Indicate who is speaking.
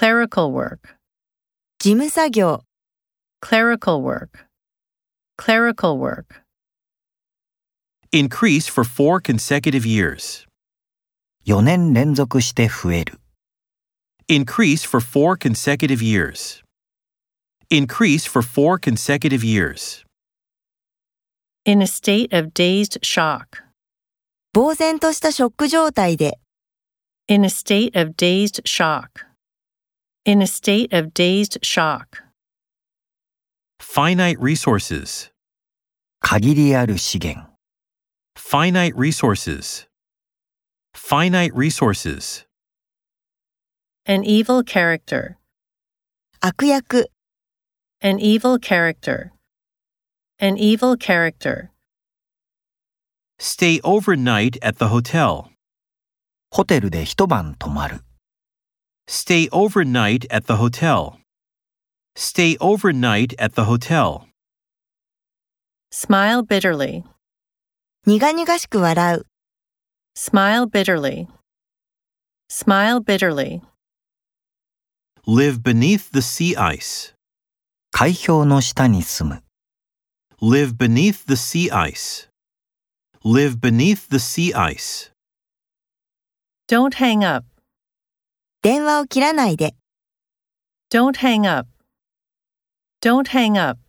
Speaker 1: clerical work,
Speaker 2: 事務作業、
Speaker 1: clerical work, clerical work,
Speaker 3: Increase for four consecutive years.
Speaker 4: 4年連続して増える。
Speaker 3: Increase for four consecutive years. Increase for four consecutive years.
Speaker 1: in a state of dazed shock,
Speaker 2: 呆然としたショック状態で、
Speaker 1: in a state of dazed shock, in a state of dazed shock,
Speaker 3: Finite resources.
Speaker 4: 限りある資源。
Speaker 3: Finite resources. Finite resources.
Speaker 1: an evil character,
Speaker 2: 悪役、
Speaker 1: an evil character, an evil character,
Speaker 3: Stay overnight at the hotel.
Speaker 4: ホテルで一晩泊まる。
Speaker 3: Stay overnight at the hotel. Stay overnight at the hotel.
Speaker 1: smile bitterly,
Speaker 2: 苦々しく笑う、
Speaker 1: smile bitterly, smile bitterly,
Speaker 3: Live beneath the sea ice.
Speaker 4: 海氷の下に住む。
Speaker 3: Live beneath the sea ice. Live beneath the sea ice.
Speaker 1: don't hang up,
Speaker 2: 電話を切らないで。
Speaker 1: don't hang up, don't hang up.